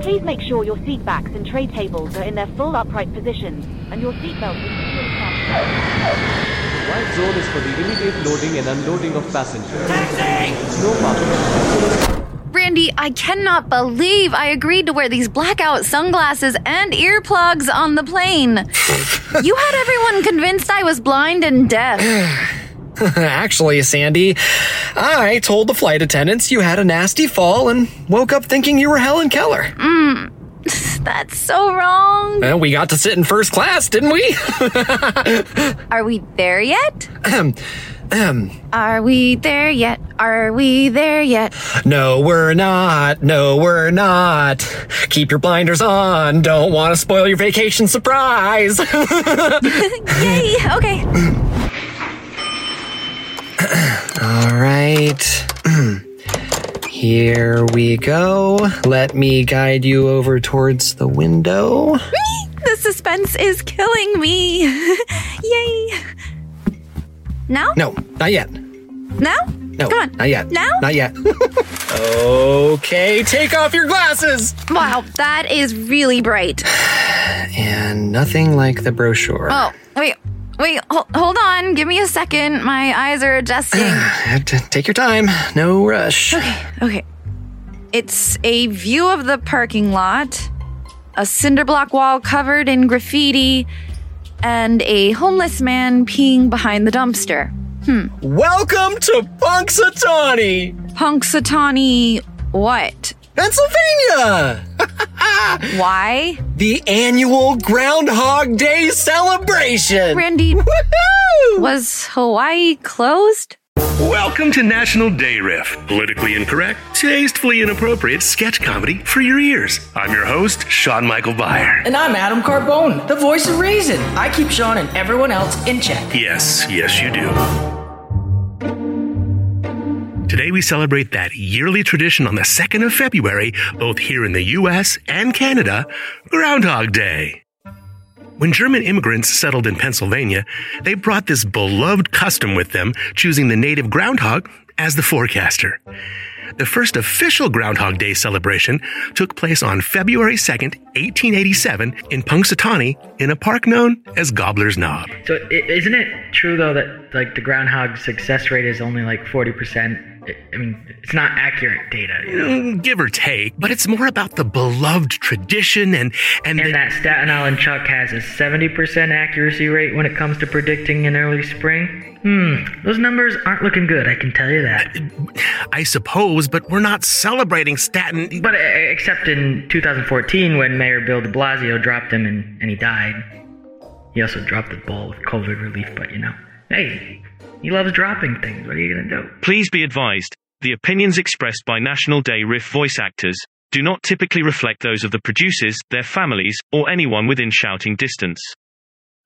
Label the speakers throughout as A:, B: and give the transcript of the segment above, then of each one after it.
A: Please make sure your seat backs and tray tables are in their full upright positions, and your seatbelt is securely fastened.
B: White zone is for the immediate loading and unloading of passengers. No parking.
C: Brandy, I cannot believe I agreed to wear these blackout sunglasses and earplugs on the plane. you had everyone convinced I was blind and deaf.
D: Actually, Sandy, I told the flight attendants you had a nasty fall and woke up thinking you were Helen Keller.
C: Mm, that's so wrong.
D: And we got to sit in first class, didn't we?
C: Are we there yet?
D: Ahem. Ahem.
C: Are we there yet? Are we there yet?
D: no, we're not. No, we're not. Keep your blinders on. Don't want to spoil your vacation surprise.
C: Yay! Okay.
D: All right. Here we go. Let me guide you over towards the window.
C: The suspense is killing me. Yay. Now?
D: No, not yet.
C: Now?
D: No,
C: Come on.
D: not yet.
C: Now?
D: Not yet. okay, take off your glasses.
C: Wow, that is really bright.
D: And nothing like the brochure.
C: Oh, wait. Wait, hol- hold on. Give me a second. My eyes are adjusting.
D: Have to Uh, Take your time. No rush.
C: Okay. It's a view of the parking lot, a cinder block wall covered in graffiti, and a homeless man peeing behind the dumpster. Hmm.
D: Welcome to Punxsutawney,
C: Punxsutawney what?
D: Pennsylvania.
C: Why?
D: The annual Groundhog Day celebration.
C: Randy, was Hawaii closed?
E: Welcome to National Day Riff, politically incorrect, tastefully inappropriate sketch comedy for your ears. I'm your host, Sean Michael Byer.
F: And I'm Adam Carbone, the voice of reason. I keep Sean and everyone else in check.
E: Yes, yes, you do. Today we celebrate that yearly tradition on the 2nd of February, both here in the US and Canada, Groundhog Day. When German immigrants settled in Pennsylvania, they brought this beloved custom with them, choosing the native groundhog as the forecaster. The first official Groundhog Day celebration took place on February 2nd, 1887, in Punxsutawney, in a park known as Gobbler's Knob.
G: So i- isn't it true though that like the groundhog success rate is only like forty percent? I mean, it's not accurate data. You know?
E: Mm, give or take, but it's more about the beloved tradition and and, the-
G: That Staten Island Chuck has a seventy percent accuracy rate when it comes to predicting an early spring. Hmm, those numbers aren't looking good. I can tell you that.
E: I suppose, but we're not celebrating Staten.
G: But uh, except in 2014, when Mayor Bill De Blasio dropped him and, and he died. He also dropped the ball with COVID relief, but you know, hey, he loves dropping things. What are you gonna do?
H: Please be advised, the opinions expressed by National Day Riff voice actors do not typically reflect those of the producers, their families, or anyone within shouting distance.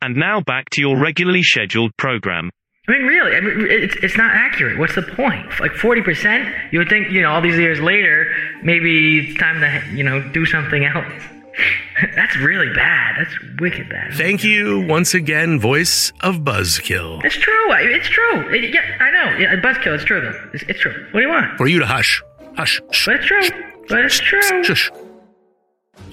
H: And now back to your regularly scheduled program.
G: I mean, really, I mean, it's, it's not accurate. What's the point? Like 40%? You would think, you know, all these years later, maybe it's time to, you know, do something else. That's really bad. That's wicked bad.
E: Thank you once again, voice of Buzzkill,
G: It's true. I- It's true. It- yeah, I know. Yeah, Buzzkill, it's true, though. It's, it's true. What do you want?
E: for you to hush, hush. Shh.
G: But it's true. But it's true.
E: Shush.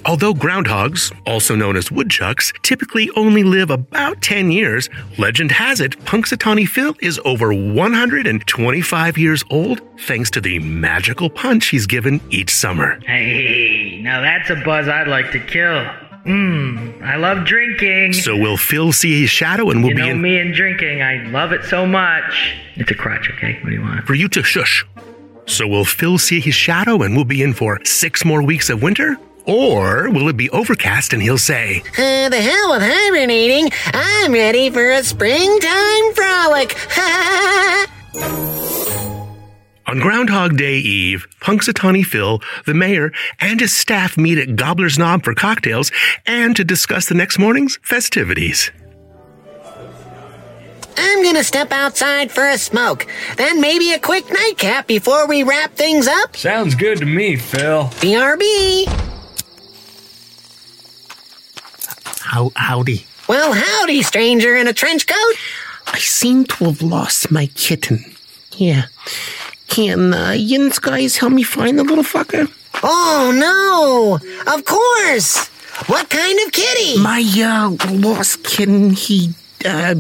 E: Although groundhogs, also known as woodchucks, typically only live about 10 years, legend has it Punxsutawney Phil is over 125 years old thanks to the magical punch he's given each summer.
G: Hey, now that's a buzz I'd like to kill. Mmm, I love drinking.
E: So will Phil see his shadow and will
G: you
E: be
G: know
E: in
G: me and drinking. I love it so much. It's a crotch, okay? What do you want?
E: for you to shush. So will Phil see his shadow and we'll be in for six more weeks of winter? Or will it be overcast and he'll say,
I: Uh, the hell with hibernating. I'm ready for a springtime frolic.
E: On Groundhog Day Eve, Punxsutawney Phil, the mayor, and his staff meet at Gobbler's Knob for cocktails and to discuss the next morning's festivities.
I: I'm gonna step outside for a smoke, then maybe a quick nightcap before we wrap things up.
J: Sounds good to me, Phil.
I: BRB.
K: How, howdy.
I: Well, howdy, stranger in a trench coat.
K: I seem to have lost my kitten. Yeah. Can uh, Yins guys help me find the little fucker?
D: Oh no! Of course! What kind of kitty?
K: My uh, lost kitten, he, uh,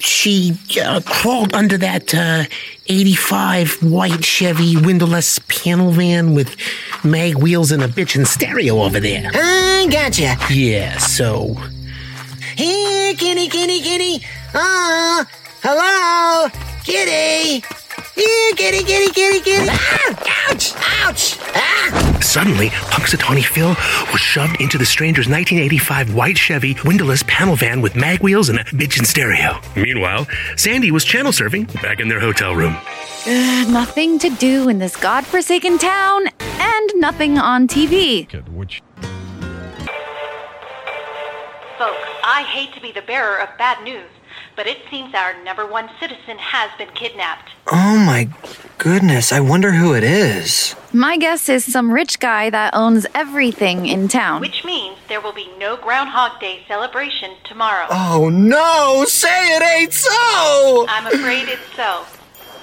K: she uh, crawled under that uh, 85 white Chevy windowless panel van with mag wheels and a bitchin' stereo over there.
D: I Uh, gotcha.
K: Yeah, so.
D: Here, kitty, kitty, kitty. Ah, hello, kitty. Here, kitty, kitty, kitty, kitty. Ah, ouch, ouch. Ah.
E: Suddenly, Punxsutawney Phil was shoved into the stranger's 1985 white Chevy windowless panel van with mag wheels and a bitchin' stereo. Meanwhile, Sandy was channel surfing back in their hotel room.
C: Ugh, nothing to do in this godforsaken town, and nothing on TV.
A: Folks, I hate to be the bearer of bad news, but it seems our number one citizen has been kidnapped.
L: Oh my goodness, I wonder who it is.
C: My guess is some rich guy that owns everything in town.
A: Which means there will be no Groundhog Day celebration tomorrow.
L: Oh no, say it ain't so!
A: I'm afraid it's so.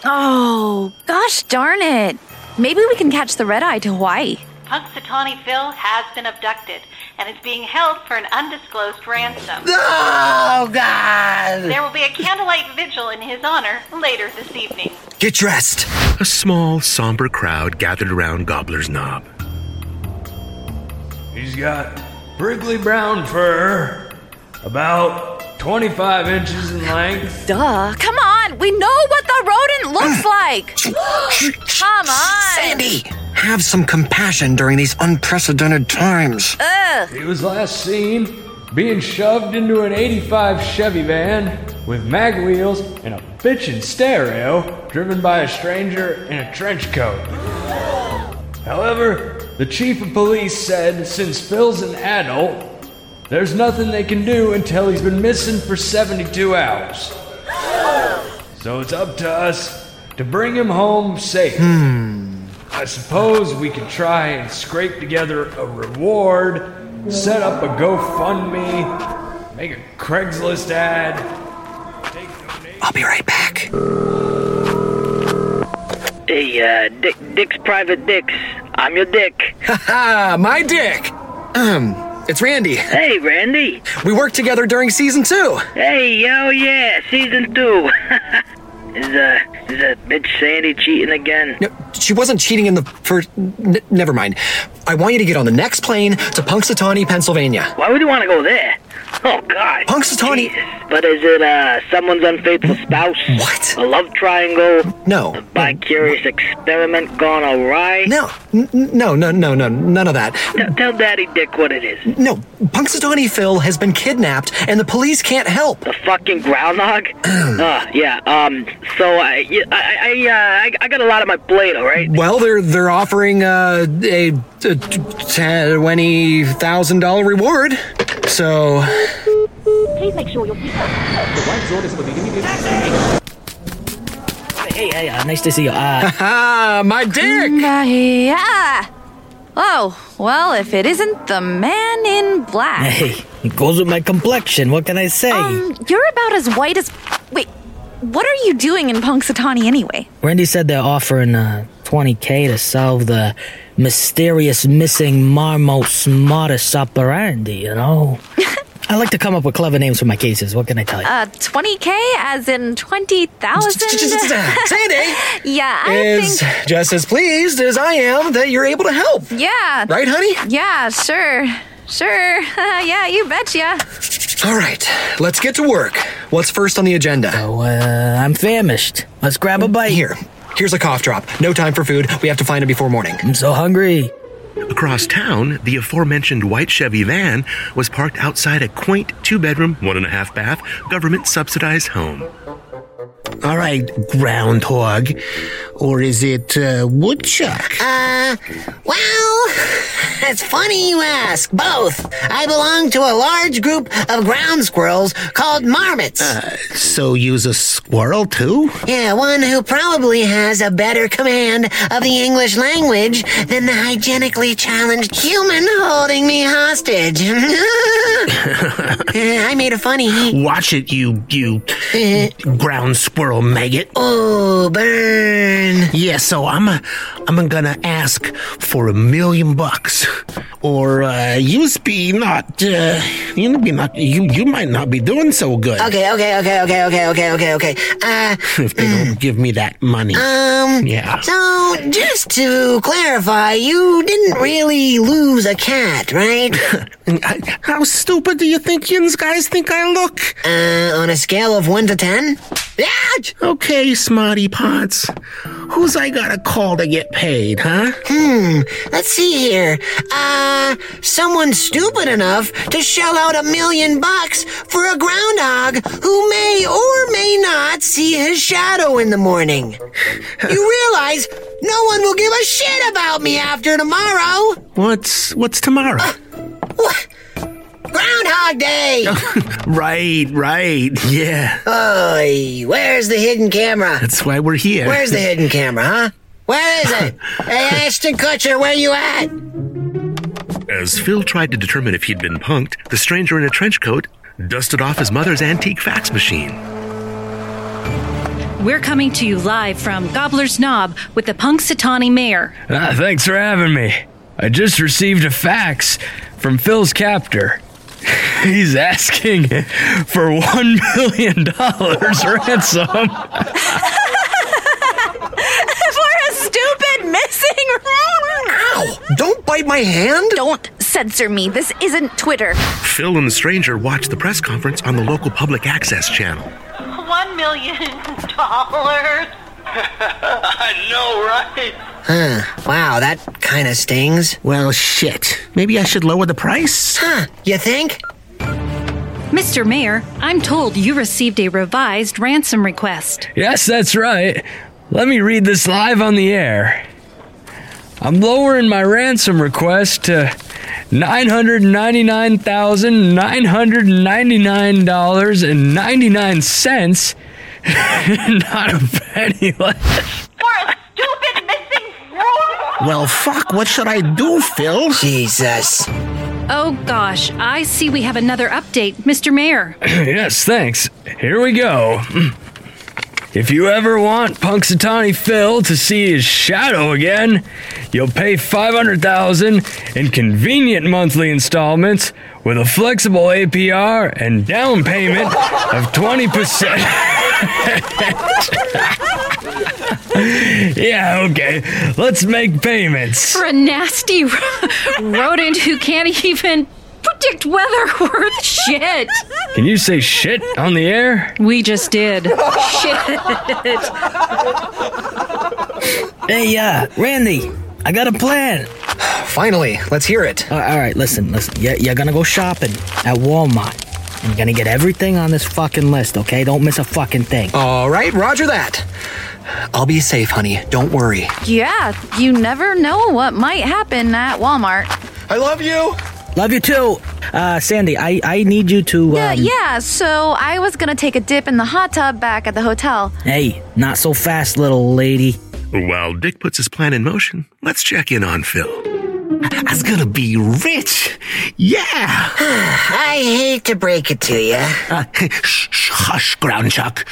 C: Oh, gosh darn it. Maybe we can catch the red eye to Hawaii.
A: Punxsutawney Phil has been abducted and is being held for an undisclosed ransom.
L: Oh, God!
A: There will be a candlelight vigil in his honor later this evening.
L: Get dressed!
E: A small, somber crowd gathered around Gobbler's Knob.
M: He's got prickly brown fur, about 25 inches in length.
C: Duh. Come on, we know what the rodent looks like! Come on!
L: Sandy! Have some compassion during these unprecedented times.
C: Ugh.
M: He was last seen being shoved into an 85 Chevy van with mag wheels and a bitchin' stereo driven by a stranger in a trench coat. However, the chief of police said since Phil's an adult, there's nothing they can do until he's been missing for 72 hours. So it's up to us to bring him home safe. I suppose we could try and scrape together a reward, set up a GoFundMe, make a Craigslist ad.
L: I'll be right back.
N: Hey, uh, Dick, Dick's Private Dick's. I'm your Dick.
O: Haha, Uh, my dick! Um, it's Randy.
N: Hey, Randy.
O: We worked together during season two.
N: Hey, yo, yeah, season two. is, uh, is that bitch Sandy cheating again?
O: No, she wasn't cheating in the first. N- never mind. I want you to get on the next plane to Punxsutawney, Pennsylvania.
N: Why would you want to go there? Oh, God.
O: Punxsutawney.
N: Jesus. But is it, uh, someone's unfaithful spouse?
O: What?
N: A love triangle?
O: No.
N: A bi curious experiment gone awry?
O: No, n- n- no, no, no, no, none of that.
N: T- tell Daddy Dick what it is.
O: No, Punxsutawney Phil has been kidnapped, and the police can't help.
N: The fucking groundhog? uh, yeah, um, so I, y- I, I, uh, I, I got a lot on my plate, alright?
O: Well, they're they're offering uh, a, a twenty thousand dollar reward. So
A: Please make sure your seatbelt
B: The white zone is for the immediate.
G: Hey, hey, uh, nice to see you. Uh,
O: Haha, ah, my dick.
C: Yeah. Oh, well, if it isn't the man in black.
G: hey, it goes with my complexion. What can I say?
C: Um, you're about as white as. Wait, what are you doing in Punxsutawney anyway?
G: Randy said they're offering uh, 20k to solve the mysterious missing Marmos modus operandi, you know? I like to come up with clever names for my cases. What can I tell you?
C: Uh, 20K as in 20,000?
O: Sandy
C: yeah, I
O: eh? is
C: think.
O: just as pleased as I am that you're able to help.
C: Yeah.
O: Right, honey?
C: Yeah, sure. Sure. yeah, you betcha.
O: All right, let's get to work. What's first on the agenda?
G: Oh, uh, I'm famished. Let's grab a bite.
O: Here, here's a cough drop. No time for food. We have to find it before morning.
G: I'm so hungry.
E: Across town, the aforementioned white Chevy van was parked outside a quaint two bedroom, one and a half bath, government subsidized home.
K: All right, groundhog. Or is it uh, woodchuck?
D: Uh, well, It's funny you ask. Both. I belong to a large group of ground squirrels called marmots.
E: So use a squirrel too?
D: Yeah, one who probably has a better command of the English language than the hygienically challenged human holding me hostage. I made a funny.
E: Watch it, you you ground squirrel maggot.
D: Oh, burn.
E: Yeah, so I'm a, I'm gonna ask for a million bucks, or uh, you be not uh, you be not you you might not be doing so good.
D: Okay, okay, okay, okay, okay, okay, okay, okay. Uh,
E: if they don't give me that money.
D: Um.
E: Yeah.
D: So, just to clarify, you didn't really lose a cat, right?
E: How stupid do you think you guys think I look?
D: Uh, on a scale of one to ten.
E: Ouch! Okay, Smarty Pots. Who's I gotta call to get paid, huh?
D: Hmm, let's see here. Uh, someone stupid enough to shell out a million bucks for a groundhog who may or may not see his shadow in the morning. You realize no one will give a shit about me after tomorrow.
E: What's what's tomorrow?
D: What? Groundhog Day!
E: right, right. Yeah.
D: Oy, where's the hidden camera?
E: That's why we're here.
D: Where's the hidden camera, huh? Where is it? hey, Ashton Kutcher, where you at?
P: As Phil tried to determine if he'd been punked, the stranger in a trench coat dusted off his mother's antique fax machine.
C: We're coming to you live from Gobbler's Knob with the Punxsutawney mayor.
M: Ah, thanks for having me. I just received a fax from Phil's captor. He's asking for one million dollars ransom.
Q: For a stupid missing.
D: Oh,
Q: Ow!
R: Don't bite my hand!
Q: Don't censor me. This isn't Twitter.
P: Phil and the stranger watched the press conference on the local public access channel.
A: One million dollars.
S: I know, right?
D: Huh. Wow, that kind of stings.
E: Well, shit. Maybe I should lower the price?
D: Huh. You think?
C: Mr. Mayor, I'm told you received a revised ransom request.
M: Yes, that's right. Let me read this live on the air. I'm lowering my ransom request to $999,999.99. Not a penny less.
A: For a stupid missing room.
E: Well, fuck, what should I do, Phil?
D: Jesus.
C: Oh gosh, I see we have another update, Mr. Mayor.
M: yes, thanks. Here we go. If you ever want Punxsutawney Phil to see his shadow again, you'll pay 500,000 in convenient monthly installments with a flexible APR and down payment of 20%. yeah, okay. Let's make payments.
C: For a nasty rodent who can't even predict weather worth shit.
M: Can you say shit on the air?
C: We just did.
G: Shit. hey, uh, Randy, I got a plan.
T: Finally, let's hear it.
G: Uh, all right, listen, listen. You're, you're gonna go shopping at Walmart. and You're gonna get everything on this fucking list, okay? Don't miss a fucking thing.
T: All right, Roger that. I'll be safe, honey. Don't worry.
Q: Yeah, you never know what might happen at Walmart.
R: I love you.
G: Love you too, uh, Sandy. I, I need you to. Um,
Q: Yeah, yeah, so I was gonna take a dip in the hot tub back at the hotel.
G: Hey, not so fast, little lady.
P: While Dick puts his plan in motion, let's check in on Phil.
E: I was gonna be rich. Yeah.
D: I hate to break it to you.
E: Uh, shh, shh, hush, Ground Chuck.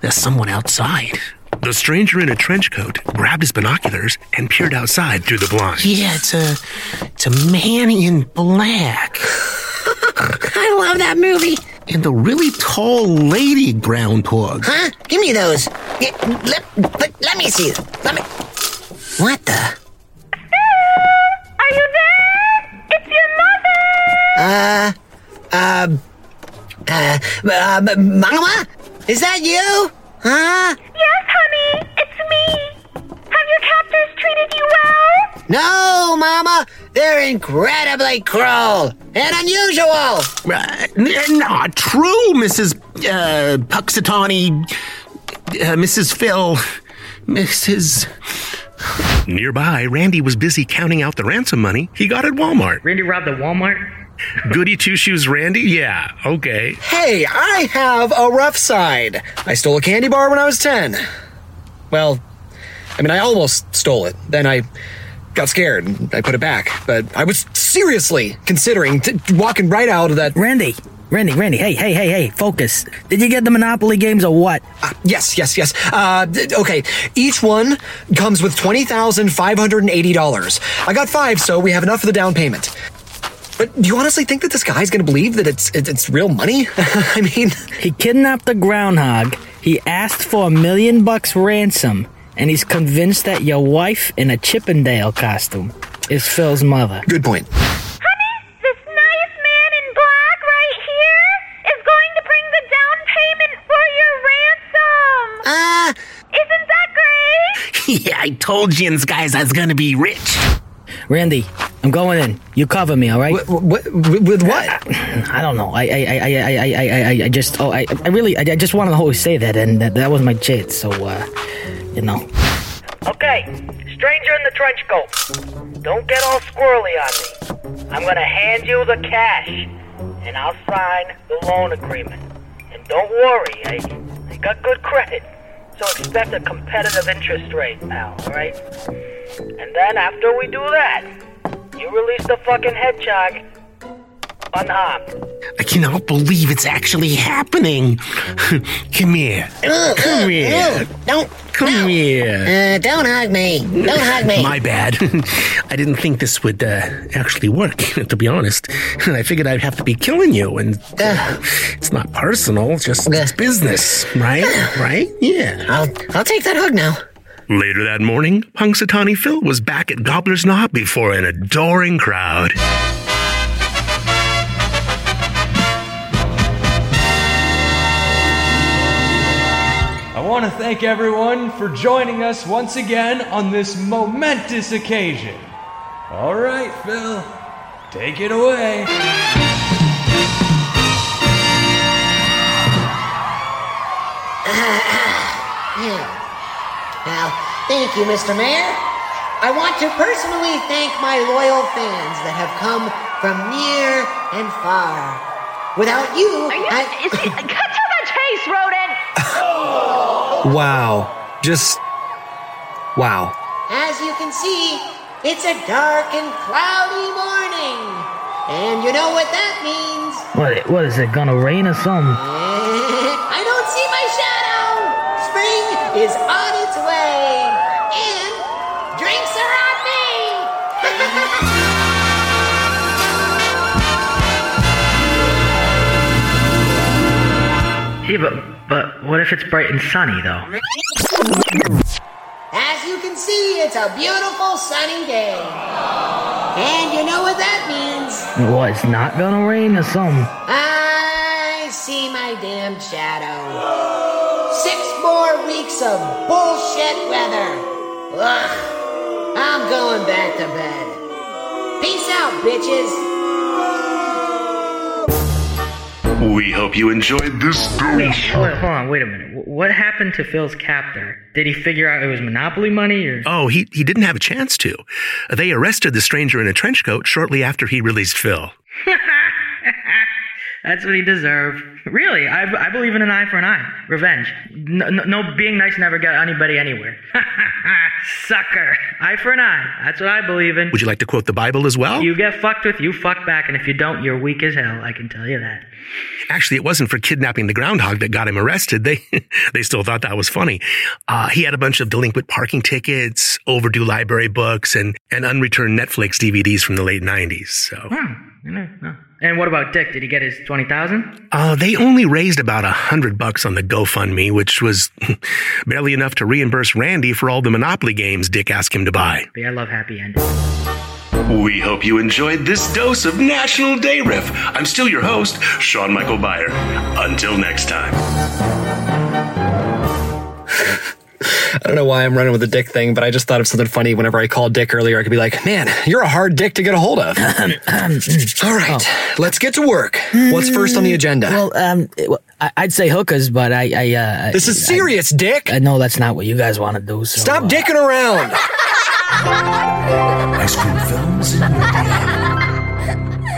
E: There's someone outside.
P: The stranger in a trench coat grabbed his binoculars and peered outside through the blind.
E: Yeah, it's a, it's a man in black.
D: I love that movie.
E: And a really tall lady groundhog.
D: Huh? Give me those. Y- Let, let, let me see. them. Let me. What the?
A: Are you there? It's your mother.
D: Uh, uh, uh, uh, m- Mama? Is that you? Huh?
A: Yes, honey, it's me. Have your captors treated you well?
D: No, Mama. They're incredibly cruel and unusual.
E: Uh, n- not true, Mrs. Uh, Puxitani, uh, Mrs. Phil, Mrs. Nearby, Randy was busy counting out the ransom money he got at Walmart.
U: Randy robbed the Walmart?
E: Goody two shoes Randy? Yeah, okay.
D: Hey, I have a rough side. I stole a candy bar when I was 10. Well, I mean, I almost stole it. Then I got scared and I put it back. But I was seriously considering t- walking right out of that.
V: Randy, Randy, Randy, hey, hey, hey, hey, focus. Did you get the Monopoly games or what?
D: Uh, yes, yes, yes. Uh, d- okay, each one comes with $20,580. I got five, so we have enough for the down payment. But do you honestly think that this guy's going to believe that it's it- it's real money? I mean,
V: He kidnapped the groundhog. He asked for a million bucks ransom, and he's convinced that your wife in a Chippendale costume is Phil's mother.
D: Good point.
C: This nice man in black right here is going to bring the down payment for your ransom.
G: Ah,
C: Isn't that great?
V: yeah, I told you guys I was gonna be rich. Randy, I'm going in. You cover me, all right?
D: with what?
V: I don't know. I I I I I I- I, I, I just oh I, I really I, I just wanted to always say that, and that, that was my chance. So uh, you know.
W: Okay, stranger in the trench coat. Don't get all squirrely on me. I'm gonna hand you the cash, and I'll sign the loan agreement. And don't worry, I, I got good credit, so expect a competitive interest rate, pal, alright? And then after we do that, you release the fucking hedgehog unharmed.
X: I cannot believe it's actually happening. Come here. Come here.
G: Uh, Don't.
X: Come here.
G: Uh, don't hug me. Don't hug me.
Y: My bad. I didn't think this would uh, actually work, to be honest. I figured I'd have to be killing you, and uh, it's not personal, it's just it's business, right? right? Yeah.
G: Uh. I'll, I'll take that hug now.
E: Later that morning, Punxsutawney Phil was back at Gobbler's Knob before an adoring crowd.
M: I want to thank everyone for joining us once again on this momentous occasion. All right, Phil, take it away.
G: Yeah. Well, thank you, Mr. Mayor. I want to personally thank my loyal fans that have come from near and far. Without you, I.
C: Cut to the chase, Rodent!
D: Wow. Just. Wow.
G: As you can see, it's a dark and cloudy morning. And you know what that means.
V: What what is it gonna rain or something?
G: I don't see my shadow! Spring is on its way! And drinks are on me!
U: Yeah, but, but what if it's bright and sunny, though?
G: As you can see, it's a beautiful sunny day. And you know what that means.
V: What, it's not gonna rain or something?
G: I see my damn shadow. Six more weeks of bullshit weather. Ugh. I'm going back to bed. Peace out, bitches.
E: We hope you enjoyed this story.
U: Wait, hold hold on, wait a minute. Wh- What happened to Phil's captor? Did he figure out it was Monopoly money, or
E: Oh, he, he didn't have a chance to. They arrested the stranger in a trench coat shortly after he released Phil.
V: Oh.
U: that's what he deserved? Really, I, I believe in an eye for an eye. Revenge. No, no, no being nice never got anybody anywhere. Sucker. Eye for an eye. That's what I believe in.
E: Would you like to quote the Bible as well?
U: You get fucked with, you fuck back, and if you don't, you're weak as hell. I can tell you that.
E: Actually, it wasn't for kidnapping the groundhog that got him arrested. They they still thought that was funny. Uh, he had a bunch of delinquent parking tickets, overdue library books, and and unreturned Netflix DVDs from the late '90s. So
U: Wow. You Hmm, know, no. And what about Dick? Did he get his twenty thousand?
E: uh, they only raised about a hundred bucks on the GoFundMe, which was barely enough to reimburse Randy for all the Monopoly games Dick asked him to buy.
U: I love happy endings.
E: We hope you enjoyed this dose of National Day Riff. I'm still your host, Sean Michael Byer. Until next time.
D: I don't know why I'm running with the dick thing, but I just thought of something funny whenever I called Dick earlier. I could be like, man, you're a hard dick to get a hold of. All right, let's get to work. What's first on the agenda?
U: Oh. Well, um, it- well, I- I'd say hookers, but I, I, uh,
D: This is
U: I-
D: serious, Dick.
U: I know that's not what you guys want to do. So, uh,
D: Stop dicking around.
E: Ice cream films and radio.